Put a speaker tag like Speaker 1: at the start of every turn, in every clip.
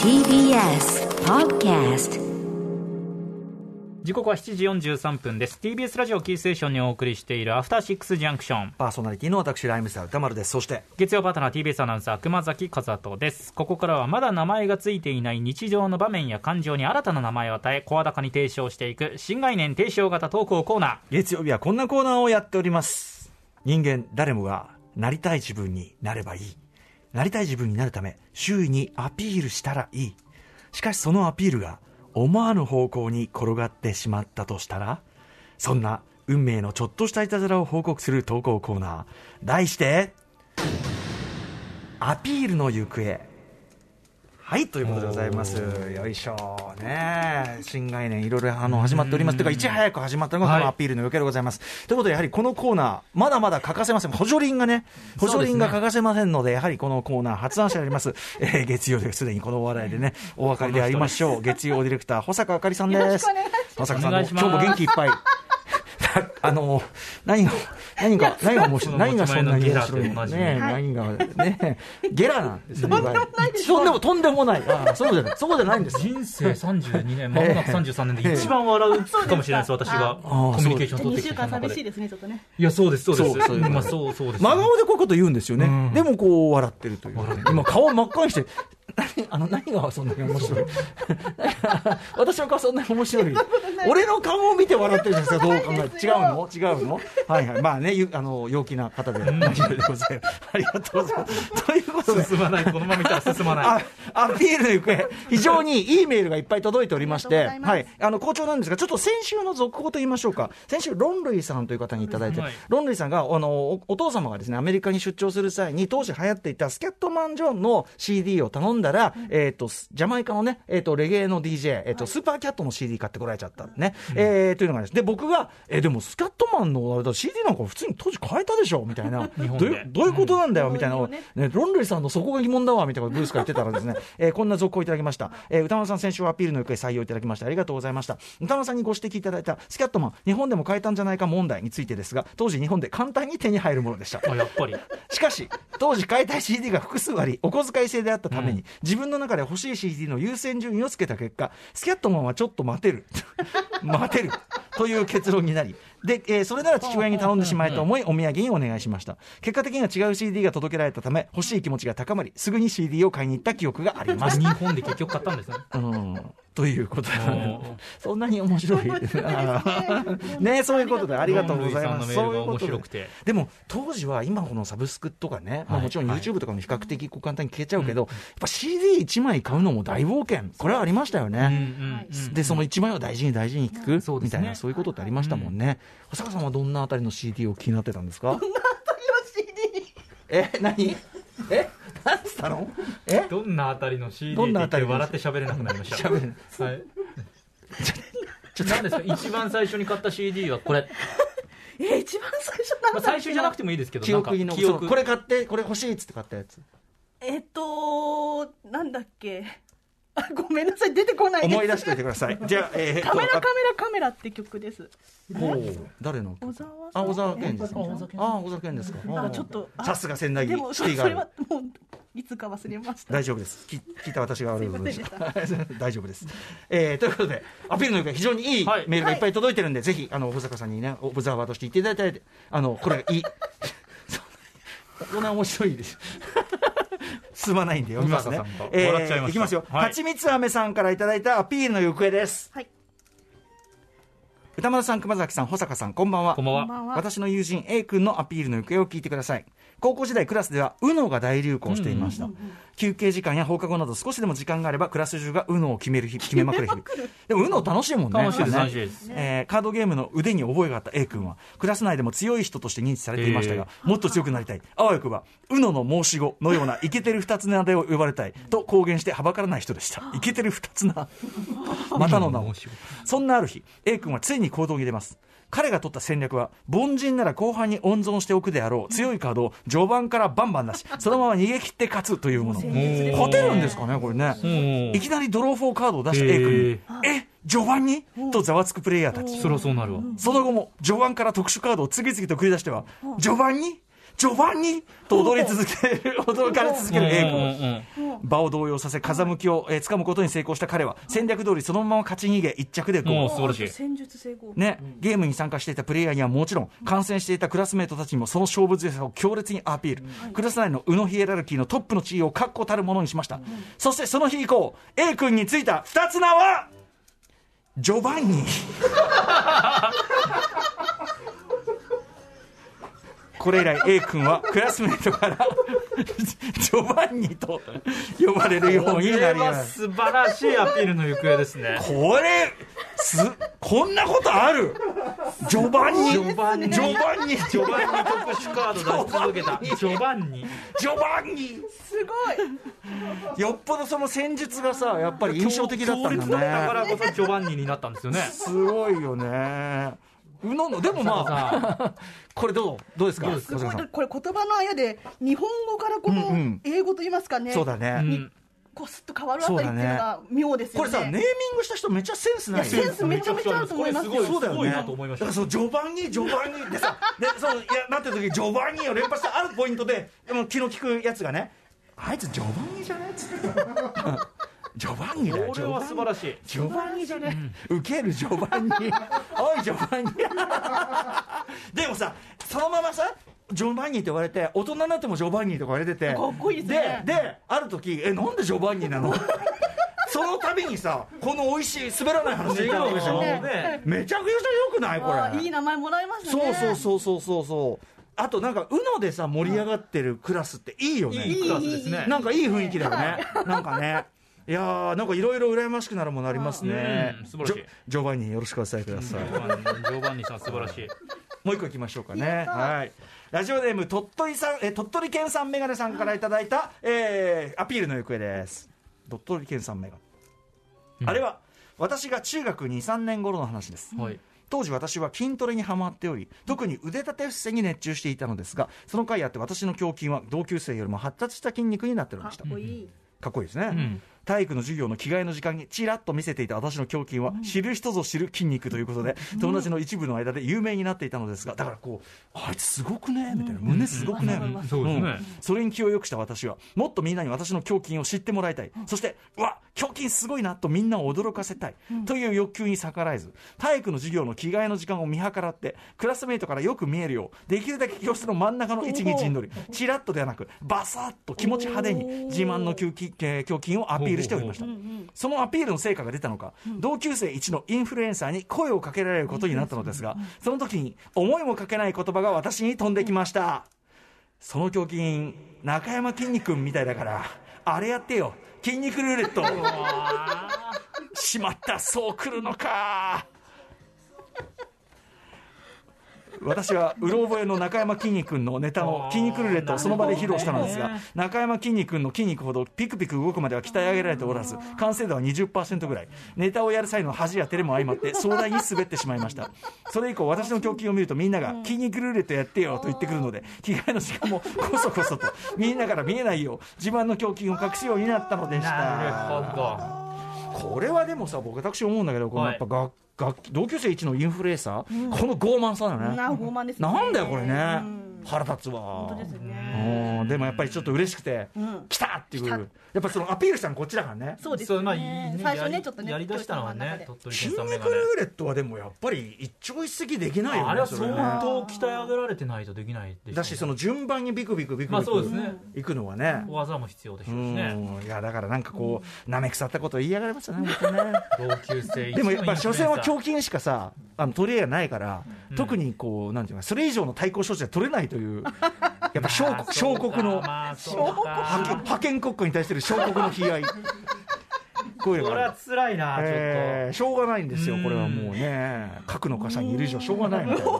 Speaker 1: TBS Podcast
Speaker 2: 時刻は7時43分です TBS ラジオキーステーションにお送りしているアフターシックスジャンクション
Speaker 3: パーソナリティの私ライムスター歌丸ですそして
Speaker 2: 月曜パートナー TBS アナウンサー熊崎和人ですここからはまだ名前がついていない日常の場面や感情に新たな名前を与え声高に提唱していく新概念提唱型投稿コーナ
Speaker 3: 月曜日はこんなコーナーをやっております人間誰もがなりたい自分になればいいなりたい自分になるため周囲にアピールしたらいいしかしそのアピールが思わぬ方向に転がってしまったとしたらそんな運命のちょっとしたいたずらを報告する投稿コーナー題してアピールの行方はいということでございますよいしょね新概念いろいろあの始まっておりますというかいち早く始まったのがこ
Speaker 2: はい
Speaker 3: のアピールの余計でございます、ということでやはりこのコーナーまだまだ欠かせません補助輪がね補助輪が欠かせませんのでやはりこのコーナー発案者であります、えー月曜ですでにこのお笑いでねお別れでありましょう月曜ディレクター保坂あかりさんです保坂さ
Speaker 2: お
Speaker 3: んも
Speaker 2: 願いし
Speaker 3: 今日
Speaker 2: ます
Speaker 3: も元気いっ ぱいあの何が何が何が面白い何がそんなに面白い
Speaker 2: その持
Speaker 3: の
Speaker 2: ち
Speaker 3: ね
Speaker 2: 前のゲラでおな
Speaker 3: 何がねゲラなんですよとんでもないとんでもないああそうじゃないそうじゃないんです
Speaker 2: ー人生32年まもなく33年で一番笑うかもしれないです私が
Speaker 3: あ
Speaker 2: コミュニケーション取って
Speaker 4: 2
Speaker 2: き
Speaker 4: 週
Speaker 2: た
Speaker 4: 間
Speaker 2: 中
Speaker 4: 寂しい
Speaker 2: で
Speaker 4: ですね、ちょっとね。
Speaker 2: いやそうですそうで
Speaker 3: そうそう
Speaker 2: すまあそうそうです
Speaker 3: 真顔でこういうこと言うんですよね、でもこう笑ってるという今顔真っ赤にして何あの何がそんなに面 白い私の顔そんなに面白い俺の顔を見て笑ってるじゃないですかどう考えて違うの違うのはいはいまあねゆあの陽気な方で 何よりでございますありがとうございますということで
Speaker 2: 進まないこのままいたら進まない
Speaker 3: あアピールの行方、非常にいいメールがいっぱい届いておりまし
Speaker 4: あ
Speaker 3: て、
Speaker 4: りがとうござ
Speaker 3: はいい、あの好調なんですが、ちょっと先週の続報と言いましょうか、先週、ロン・ルイさんという方にいただいて、
Speaker 2: はい
Speaker 3: ロン・ルイさんがあのおお父様がですねアメリカに出張する際に、当時流行っていたスキャットマン・ジョンの CD を頼んだら、えー、とスジャマイカのね、えー、とレゲエの DJ、えーとスーパーキャットの CD 買ってこられちゃったんでね、えーというのがありますで、僕が、えーでもスキャットマンのあれだ CD なんか普通に当時買えたでしょみた いな、
Speaker 2: 本
Speaker 3: ど
Speaker 2: で
Speaker 3: ういうどういうことなんだよみたいな、
Speaker 4: うん
Speaker 3: ね、ロンルイさんのそこが疑問だわみたいなことブースから言ってたらですね、えーこんな続行いただきました、えー歌丸さん先週はアピールの行方採用いただきましてありがとうございました歌丸さんにご指摘いただいたスキャットマン日本でも買えたんじゃないか問題についてですが当時日本で簡単に手に入るものでした
Speaker 2: あやっぱり
Speaker 3: しかし当時買いたい CD が複数ありお小遣い制であったために、自分の中で欲しい CD の優先順位をつけた結果スキャットマンはちょっと待てる 待てるという結論になりで、えーそれなら父親に頼んでしまえと思いお土産にお願いしました結果的には違う CD が届けられたため欲しい気持ちが高まりすぐに CD を買いに行った記憶があります
Speaker 2: 日本で結局買ったんですね
Speaker 3: うんということで
Speaker 2: うん
Speaker 3: そんなに面白いねそういうことでありがとうございます
Speaker 2: ロン
Speaker 3: そ
Speaker 2: ルイさの
Speaker 3: ういうん
Speaker 2: メールが
Speaker 3: こ
Speaker 2: 面
Speaker 3: とで
Speaker 2: 白くて
Speaker 3: でも当時は今このサブスクとかね、まあ、もちろん YouTube とかも比較的こう簡単に消えちゃうけど、やっぱ CD1 枚買うのも大冒険これはありましたよ
Speaker 2: うん
Speaker 3: ね、
Speaker 2: うんうん
Speaker 3: でその1枚を大事に大事に聞く、
Speaker 2: そうで
Speaker 3: み
Speaker 2: す
Speaker 3: た
Speaker 2: ね
Speaker 3: いなそういうことってありましたもんね、保坂さんはどんなあたりの CD を気になってたんですかえ何え何つったのえ
Speaker 2: どんなあたりの CD
Speaker 3: どんなあ
Speaker 2: で
Speaker 3: たりの
Speaker 2: 笑って喋れなくなりま した。
Speaker 3: 喋れない
Speaker 2: はい。何ですか一番最初に買った CD はこれ、
Speaker 4: え、一番最初
Speaker 2: ま
Speaker 4: な
Speaker 2: あ、
Speaker 4: ん
Speaker 2: 最初じゃなくてもいいですけど
Speaker 3: 記憶に
Speaker 2: なん
Speaker 3: の
Speaker 2: か
Speaker 3: そ
Speaker 2: 記
Speaker 3: の
Speaker 2: 憶
Speaker 3: これ買ってこれ欲しいっつって買ったやつ
Speaker 4: えっと、なんだっけ。あごめんなさい、出てこないです。
Speaker 3: 思い出しておいてくださいじゃあ、えー、
Speaker 4: カメラカメラカメラって曲です。
Speaker 3: おー誰の
Speaker 4: 小沢
Speaker 3: あ
Speaker 4: さん。
Speaker 3: 小沢健二さん
Speaker 2: あ小沢健
Speaker 3: あ小沢健二ですか
Speaker 4: あちょっとあ
Speaker 3: さすが仙台
Speaker 4: でも、
Speaker 3: シ
Speaker 4: そ
Speaker 3: ティがあ
Speaker 4: れ
Speaker 3: る
Speaker 4: はもう、いつか忘れました。
Speaker 3: 大丈夫です。き聞いた私が悪いことでし
Speaker 4: すい
Speaker 3: た。 大丈夫です。えーということで、アピールの意見非常にいい
Speaker 2: はい
Speaker 3: メールがいっぱい届いてるんで、ぜひ、あの、保坂さんにね、オブザーバーとして言っていただいて、あの、これがいい。 そんな面白いです。 すまないんで読みますね
Speaker 2: 保坂さんが。
Speaker 3: え
Speaker 2: 笑っちゃいました
Speaker 3: ーいきますよ。
Speaker 2: はい
Speaker 3: はちみつあめさんからいただいたアピールの行方です。
Speaker 4: はい。
Speaker 3: 歌丸さん、熊崎さん、保坂さん、こんばんは。
Speaker 2: こんばん
Speaker 4: こんば
Speaker 2: は。
Speaker 4: んは
Speaker 3: 私の友人 A 君のアピールの行方を聞いてください高校時代クラスでは UNO が大流行していました、休憩時間や放課後など少しでも時間があればクラス中が UNO を決め る日決めまくる日々でも UNO 楽しいもんね
Speaker 2: 楽しいです
Speaker 3: ね
Speaker 2: 楽しいです
Speaker 3: えーカードゲームの腕に覚えがあった A 君はクラス内でも強い人として認知されていましたが、もっと強くなりたいあわよくば UNO の申し子のようなイケてる二つ名で呼ばれたいと公言してはばからない人で したイケてる二つ名またの名を
Speaker 2: 申し
Speaker 3: そんなある日 A 君はついに行動に出ます彼が取った戦略は凡人なら後半に温存しておくであろう強いカードを序盤からバンバン出しそのまま逃げ切って勝つというもの勝てるんですかねこれね
Speaker 2: うん
Speaker 3: いきなりドロー4カードを出した A
Speaker 2: へ
Speaker 3: 君にえ序盤にとざわつくプレイヤーたち
Speaker 2: そりゃそうなるわ。
Speaker 3: その後も序盤から特殊カードを次々と繰り出しては序盤に序盤にと踊り続ける、驚かれ続ける A
Speaker 2: う
Speaker 3: 君。
Speaker 2: んうんうん
Speaker 3: 場を動揺させ風向きを、えー掴むことに成功した彼は戦略通りそのまま勝ち逃げ一着でゴー
Speaker 2: も
Speaker 3: ル
Speaker 2: う素晴らしい
Speaker 4: 戦術成功。
Speaker 3: ね、ゲームに参加していたプレイヤーにはもちろん観戦していたクラスメートたちにもその勝負強さを強烈にアピール、クラス内の宇野ヒエラルキーのトップの地位を確固たるものにしました、そしてその日以降 A 君についた2つ名はジョバンニこれ以来 A 君はクラスメートからジョバンニと呼ばれるよう
Speaker 2: こ
Speaker 3: にな
Speaker 2: れ
Speaker 3: りま
Speaker 2: は
Speaker 3: す
Speaker 2: 素晴らしいアピールの行方ですね。
Speaker 3: これすこんなことあるジョバンニ
Speaker 2: 序盤に、
Speaker 3: ジョ
Speaker 2: 序
Speaker 3: バンニジョバンニ
Speaker 2: 盤に特殊カード出し続けた。序盤に。
Speaker 3: ジョバンニ
Speaker 4: すご
Speaker 3: よっぽどその戦術がさやっぱり印象的だった
Speaker 2: 強烈
Speaker 3: ん
Speaker 2: だったか
Speaker 3: だ
Speaker 2: ら
Speaker 3: ね
Speaker 2: こそ序盤にになったんですよね。
Speaker 3: すごいよねうののでもまあ
Speaker 2: さあ、
Speaker 3: これどうどうですか
Speaker 2: どうです
Speaker 4: い。
Speaker 3: 小
Speaker 4: すご
Speaker 3: 坂さ
Speaker 4: い。
Speaker 3: ん
Speaker 4: これ言葉のあやで、日本語からこ
Speaker 3: うんう
Speaker 4: の
Speaker 3: ん
Speaker 4: 英語と言いますかね。
Speaker 3: そうだ
Speaker 2: う
Speaker 3: ね
Speaker 2: ん、
Speaker 4: こうすっと変わるあたりっていうのが妙ですよね。
Speaker 3: これさネーミングした人めっちゃセンスない
Speaker 4: いやセンスめちゃめちゃあると思いますよ
Speaker 2: これすご
Speaker 3: そ
Speaker 2: いう
Speaker 3: だよ
Speaker 2: すご
Speaker 3: ね
Speaker 2: いなと思いまし
Speaker 3: だから
Speaker 2: た。
Speaker 3: その序盤に序盤にでさでそのいやなってる時序盤にを連発したあるポイントででも気の利くやつがねあいつ序盤にじゃないっつって 序盤にだよ
Speaker 2: これは素晴らしい。
Speaker 3: ジョバンニじゃね、受けるジョバンニ おいジョバンニでもさそのままさジョバンニって言われて大人になってもジョバンニとか言われてて
Speaker 4: かっこいいですね
Speaker 3: でである時えなんでジョバンニなの その度にさこの美味しい滑らない話できるわけでしょ
Speaker 2: ね
Speaker 3: めちゃくちゃ良くないこ
Speaker 4: あー
Speaker 3: れ
Speaker 4: いい名前もらいました
Speaker 3: そう
Speaker 4: ね。
Speaker 3: そうそうそうそうそうあとなんか UNO でさ盛り上がってるクラスっていいよね
Speaker 2: いいクラスですね。
Speaker 3: なんかいい雰囲気だよね。なんかね。いやーなんかいろいろ羨ましくなるものありますね。
Speaker 2: うん素晴らしい
Speaker 3: ジョジョバンニよろしくお伝えください。
Speaker 2: 序盤にしたの素晴らしい。
Speaker 3: もう一個いきましょうか
Speaker 4: やっ
Speaker 3: ね。
Speaker 4: た
Speaker 3: はい。ラジオネーム鳥取さんえ鳥取県産メガネさんからいただいた、えーアピールの行方です。鳥取県産メガネ。
Speaker 2: うん
Speaker 3: あれは私が中学2、3年頃の話です。
Speaker 2: はい。
Speaker 3: 当時私は筋トレにハマっており特に腕立て伏せに熱中していたのですがその回あって私の胸筋は同級生よりも発達した筋肉になっており
Speaker 4: か
Speaker 3: ました
Speaker 4: っこいい。
Speaker 3: かっこいいですね、
Speaker 2: ん
Speaker 3: 体育の授業の着替えの時間にちらっと見せていた私の胸筋は知る人ぞ知る筋肉ということで、友達の一部の間で有名になっていたのですがだからこうあいつすごくねみたいな胸すごくね、
Speaker 2: うんそうですね。
Speaker 3: それに気を良くした私はもっとみんなに私の胸筋を知ってもらいたい、そしてうわ胸筋すごいなとみんなを驚かせたい、という欲求に逆らえず体育の授業の着替えの時間を見計らってクラスメートからよく見えるようできるだけ教室の真ん中の位置に陣取りちらっとではなくバサッと気持ち派手に自慢の胸筋,、えー胸筋をアピールしておりました、
Speaker 2: ほう
Speaker 3: そのアピールの成果が出たのか、同級生一のインフルエンサーに声をかけられることになったのですが、その時に思いもかけない言葉が私に飛んできました。その胸筋、中山きんに君みたいだから、あれやってよ、筋肉ルーレット。しまった、そう来るのか。私はうろ覚えの中山きんに君のネタの筋肉ルーレットをその場で披露したのですが、中山きんに君の筋肉ほどピクピク動くまでは鍛え上げられておらず完成度は20%ぐらいネタをやる際の恥や照れも相まって壮大に滑ってしまいましたそれ以降私の胸筋を見るとみんなが「筋肉ルーレットやってよ」と言ってくるので着替えの時間もこそこそとみんなから見えないよう自慢の胸筋を隠すようになったのでした
Speaker 2: なるほ
Speaker 3: これはでもさ僕私思うんだけどこの
Speaker 2: はい
Speaker 3: やっぱ学学同級生一のインフルエンサー、この傲慢さだよね
Speaker 4: な傲慢ですね。
Speaker 3: なんだよこれね、
Speaker 4: うん
Speaker 3: 腹立つわ
Speaker 4: 本当ですね。
Speaker 3: うんでもやっぱりちょっと嬉しくて、
Speaker 4: うん
Speaker 3: 来たっていう、
Speaker 4: 来た
Speaker 3: やっぱそのアピールしたのこっちだからね。
Speaker 4: そうです
Speaker 2: そ
Speaker 4: よ
Speaker 2: うまあ
Speaker 4: ね。最初ねちょっとね
Speaker 2: やりだしたのはね鳥取
Speaker 3: 筋
Speaker 2: 県
Speaker 3: 肉
Speaker 2: 産メ
Speaker 3: ルー
Speaker 2: ガネ
Speaker 3: レットはでもやっぱり一朝一夕できないよね。
Speaker 2: あれは
Speaker 3: それね
Speaker 2: 相当鍛え上げられてないとできないでしょうね
Speaker 3: だしその順番にビクビクビクビク、
Speaker 2: まあそうですね
Speaker 3: 行くのはね。
Speaker 2: 技も必要でしょ
Speaker 3: う
Speaker 2: うしね
Speaker 3: んいやだからなんかこうなめ腐ったこと言いやがりましたね本 当にね。
Speaker 2: 同級生一
Speaker 3: で
Speaker 2: の
Speaker 3: も
Speaker 2: イン
Speaker 3: やっ
Speaker 2: フルエンサー
Speaker 3: ぱ所詮は胸筋しかさあの取り柄がないから、特にこうなんていうかそれ以上の対抗処置は取れない というやっぱ小国小国の
Speaker 2: まあそう
Speaker 3: 覇権
Speaker 2: か
Speaker 3: 覇権国家に対してる小国の悲哀こういうの
Speaker 2: これ
Speaker 3: がある
Speaker 2: は辛いなちょっと、
Speaker 3: えーしょうがないんですよ
Speaker 2: うん
Speaker 3: これはもうね核の傘にいる以上しょうがないみたいな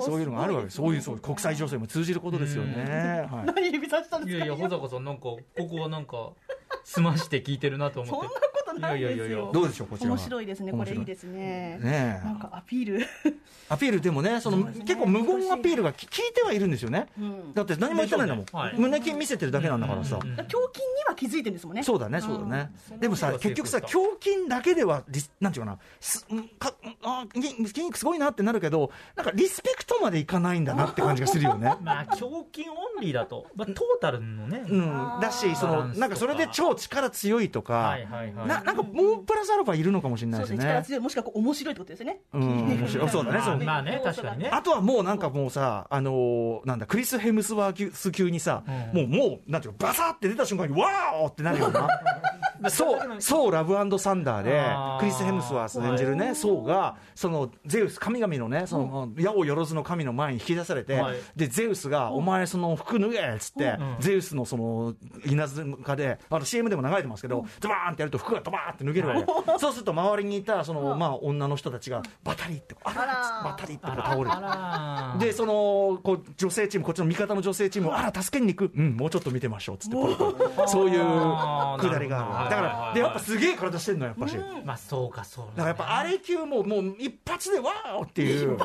Speaker 3: そういうのがあるわけですそういうそういう国際情勢も通じることですよね、はい
Speaker 4: 何指さしたんで
Speaker 2: い
Speaker 4: す
Speaker 2: や
Speaker 4: か。
Speaker 2: いや保坂さんなんかここはなんか済まして聞いてるなと
Speaker 4: そん
Speaker 2: 思
Speaker 4: な
Speaker 2: っ
Speaker 4: ことないです
Speaker 2: いや
Speaker 4: よ。
Speaker 2: いやいやいや
Speaker 3: どうでしょうこちらは
Speaker 4: 面白いですね。これいいですね。
Speaker 3: ねえ
Speaker 4: なんかアピール。
Speaker 3: アピールでもねその
Speaker 4: すね
Speaker 3: 結構無言アピールがき効いてはいるんですよね
Speaker 4: うん
Speaker 3: だって何も言ってないんだもん、
Speaker 2: でしょうねはい
Speaker 3: 胸筋見せてるだけなんだからさ、
Speaker 2: て
Speaker 4: 胸筋には気づいてるんですもんね。
Speaker 3: そうだねそうだね、でもさ
Speaker 2: その時は
Speaker 3: 結局さ
Speaker 2: 成功。
Speaker 3: 胸筋だけではリスなんていうかなすんかんあー筋筋肉すごいなってなるけどなんかリスペクトまでいかないんだなって感じがするよね
Speaker 2: まあ胸筋オンリーだと、まあ、トータルのね、
Speaker 3: うん、だしそ
Speaker 2: バラン
Speaker 3: の
Speaker 2: スとか
Speaker 3: なんかそれで超力強いとか、
Speaker 2: はいはいはい
Speaker 3: ななんかもうプラスアルファいるのかもしれない
Speaker 4: そ
Speaker 3: で
Speaker 4: うです
Speaker 3: ね。
Speaker 4: すね力強いもしくはこう面白いってことですよね
Speaker 3: うん面白いそうだねそう
Speaker 2: まあね確かにね
Speaker 3: あとはもうなんかもうさ、あのーなんだ、クリス・ヘムスワース級にさ、
Speaker 2: うん
Speaker 3: もう、もう、なんていうか、バサーって出た瞬間に、わーおってなるよう な。そう、そう、ラブサンダー
Speaker 2: あー
Speaker 3: で、クリス・ヘムスワース演じるね、そうが、その、ゼウス、神々のね、その、矢をよろずの神の前に引き出されて
Speaker 2: はい、
Speaker 3: で、ゼウスが、お前、その、服脱げっつって
Speaker 2: うん、
Speaker 3: ゼウスのその、稲妻で、あの、CM でも流れてますけど、ドバーンってやると服がドバーンって脱げるわけ。そうすると、周りにいた、その、まあ、女の人たちが、バタリって、あら
Speaker 4: あら
Speaker 3: バタリってこう
Speaker 2: あ
Speaker 3: 倒れる。
Speaker 2: ら
Speaker 3: でそのこう女性チームこっちの味方の女性チームをあら助けに行く、うん、もうちょっと見てましょうっつってこうこうそういうくだりがあるだからでやっぱすげえ体してんのやっぱし、だ
Speaker 2: まあそうかそう
Speaker 3: からやっぱあれ級ももう一発でわーおっていう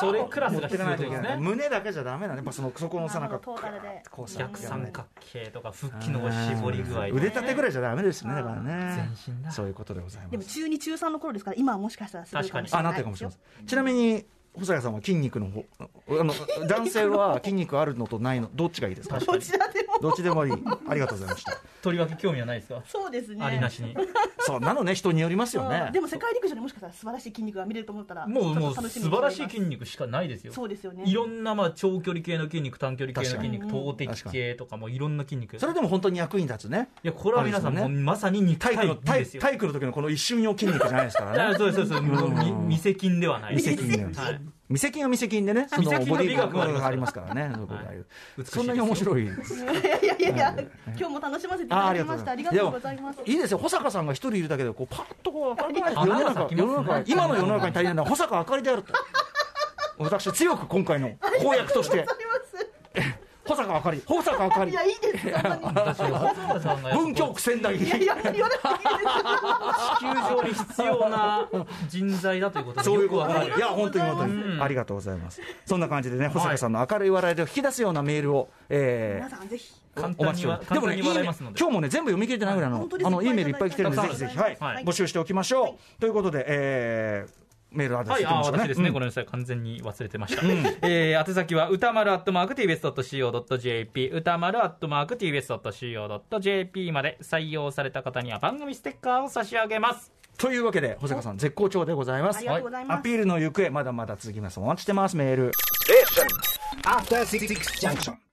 Speaker 2: それクラス
Speaker 3: 持
Speaker 2: が
Speaker 3: って
Speaker 2: 必要
Speaker 3: かな
Speaker 2: っ
Speaker 3: い
Speaker 2: て
Speaker 3: とい
Speaker 2: こと
Speaker 3: け
Speaker 2: です
Speaker 3: ない、
Speaker 2: ね
Speaker 3: 胸だけじゃダメだねやっぱそのそこのさなんか
Speaker 4: なるほどトータルで
Speaker 3: こうさ
Speaker 2: 逆三角形とか腹筋
Speaker 3: 筋
Speaker 2: の絞り具合
Speaker 3: 腕立てぐらいじゃダメですねだからね
Speaker 2: 全身だ
Speaker 3: そういうことでござい
Speaker 4: で
Speaker 3: ま
Speaker 4: も
Speaker 3: す
Speaker 4: 中二中三の頃ですから今はもしかしたらすごいかもしれない
Speaker 3: あなってるかもしれませんちなみに細谷さんは筋肉の方あ の男性は筋肉あるのとないのどっちがいいですか
Speaker 4: どちらでも
Speaker 3: どっちでもいいありがとうございました
Speaker 2: とりわけ興味はないですか
Speaker 4: そうですね
Speaker 2: ありなしに
Speaker 3: そうなのね人によりますよ
Speaker 4: う
Speaker 3: ね
Speaker 4: んでも世界陸上でもしかしたら素晴らしい筋肉が見れると思ったら
Speaker 2: もうもう
Speaker 4: ちょっと楽
Speaker 2: 素
Speaker 4: しみに
Speaker 2: 晴
Speaker 4: な
Speaker 2: ら
Speaker 4: ります
Speaker 2: しい筋肉しかないですよ
Speaker 4: そうですよね
Speaker 2: いろんなまあ長距離系の筋肉短距離系の筋肉
Speaker 4: 確かに
Speaker 2: 投擲系とかもいろんな筋肉
Speaker 3: それでも本当に役に立つね
Speaker 2: いやこれは皆さん
Speaker 3: あ
Speaker 2: もう
Speaker 3: れですよね
Speaker 2: まさに肉
Speaker 3: 体
Speaker 2: 体
Speaker 3: 育の
Speaker 2: 美
Speaker 3: 体
Speaker 2: ですよ
Speaker 3: 体育の時のこの一瞬用筋肉じゃないですから
Speaker 2: あ
Speaker 3: ね
Speaker 2: そうですそうですもうみ
Speaker 3: うん
Speaker 2: 未筋ではない
Speaker 3: 未成筋で
Speaker 2: はい
Speaker 3: 未成筋は未成筋でねその
Speaker 2: 未成筋
Speaker 3: ボ
Speaker 2: の
Speaker 3: デ
Speaker 2: 美
Speaker 3: ィ
Speaker 2: 学
Speaker 3: ー
Speaker 2: は
Speaker 3: が
Speaker 2: ありますから
Speaker 3: ありますからねそういうことがある
Speaker 2: 美しいですよ
Speaker 3: そんなに面白いです
Speaker 4: いやいやいや今日も楽しませてい
Speaker 3: あー
Speaker 4: た
Speaker 3: あ
Speaker 4: だ
Speaker 3: り
Speaker 4: き
Speaker 3: がとう
Speaker 4: ま
Speaker 3: ご
Speaker 4: した
Speaker 3: ざ
Speaker 4: あ
Speaker 3: い
Speaker 4: り
Speaker 3: ま
Speaker 4: が
Speaker 3: す
Speaker 4: とうございます
Speaker 3: いいですよ保坂さんが一人いるだけでこうパッとこう明るくなる
Speaker 2: あ
Speaker 3: 世の
Speaker 2: 花
Speaker 3: 中
Speaker 2: 咲きますね
Speaker 3: 世の中は今の世の中に大変なのは保坂あかりであると私強く今回の公約として
Speaker 4: あります
Speaker 3: 保坂あかり保坂あかり
Speaker 4: いやいいですそんなに
Speaker 2: 私保坂さんがやっぱ
Speaker 3: 文京区仙台
Speaker 4: いやいや言わなくていいです
Speaker 2: 地球上に必要な人材だということ
Speaker 3: そういうこと
Speaker 2: よくわかる
Speaker 3: いや、本当に本当に、
Speaker 2: うん
Speaker 3: ありがとうございます。そんな感じでね、保坂さんの明るい笑いで引き出すようなメールを、え
Speaker 4: 皆さんぜひ
Speaker 3: ー
Speaker 2: 簡単に
Speaker 3: お待ちしております。でもね、い
Speaker 2: 簡単に笑いま
Speaker 3: いメ今
Speaker 2: すので
Speaker 3: 日もね、全部読み切れてないぐらいの
Speaker 4: 本当、です
Speaker 3: あの、いいメールいっぱい来てるんで、
Speaker 2: い
Speaker 3: ぜ
Speaker 2: っぱ
Speaker 3: ひ
Speaker 2: い
Speaker 3: ぜひ、はい、
Speaker 2: はい
Speaker 3: 募集しておきましょう。ということで、えー、メールアドレ
Speaker 2: は
Speaker 3: ス
Speaker 2: い、
Speaker 3: 行き
Speaker 2: あ
Speaker 3: ましょう
Speaker 2: 私ですね、
Speaker 3: うん
Speaker 2: ごめんなさい、完全に忘れてました。えー、宛先は、歌丸アットマーク tbs.co.jp、歌丸アットマーク tbs.co.jp まで採用された方には番組ステッカーを差し上げます。
Speaker 3: というわけで、保坂さん、絶好調でございます。
Speaker 4: ありがとうございます
Speaker 3: アピールの行方、まだまだ続きます。お待ちしてます、メール。
Speaker 5: After Six Junction.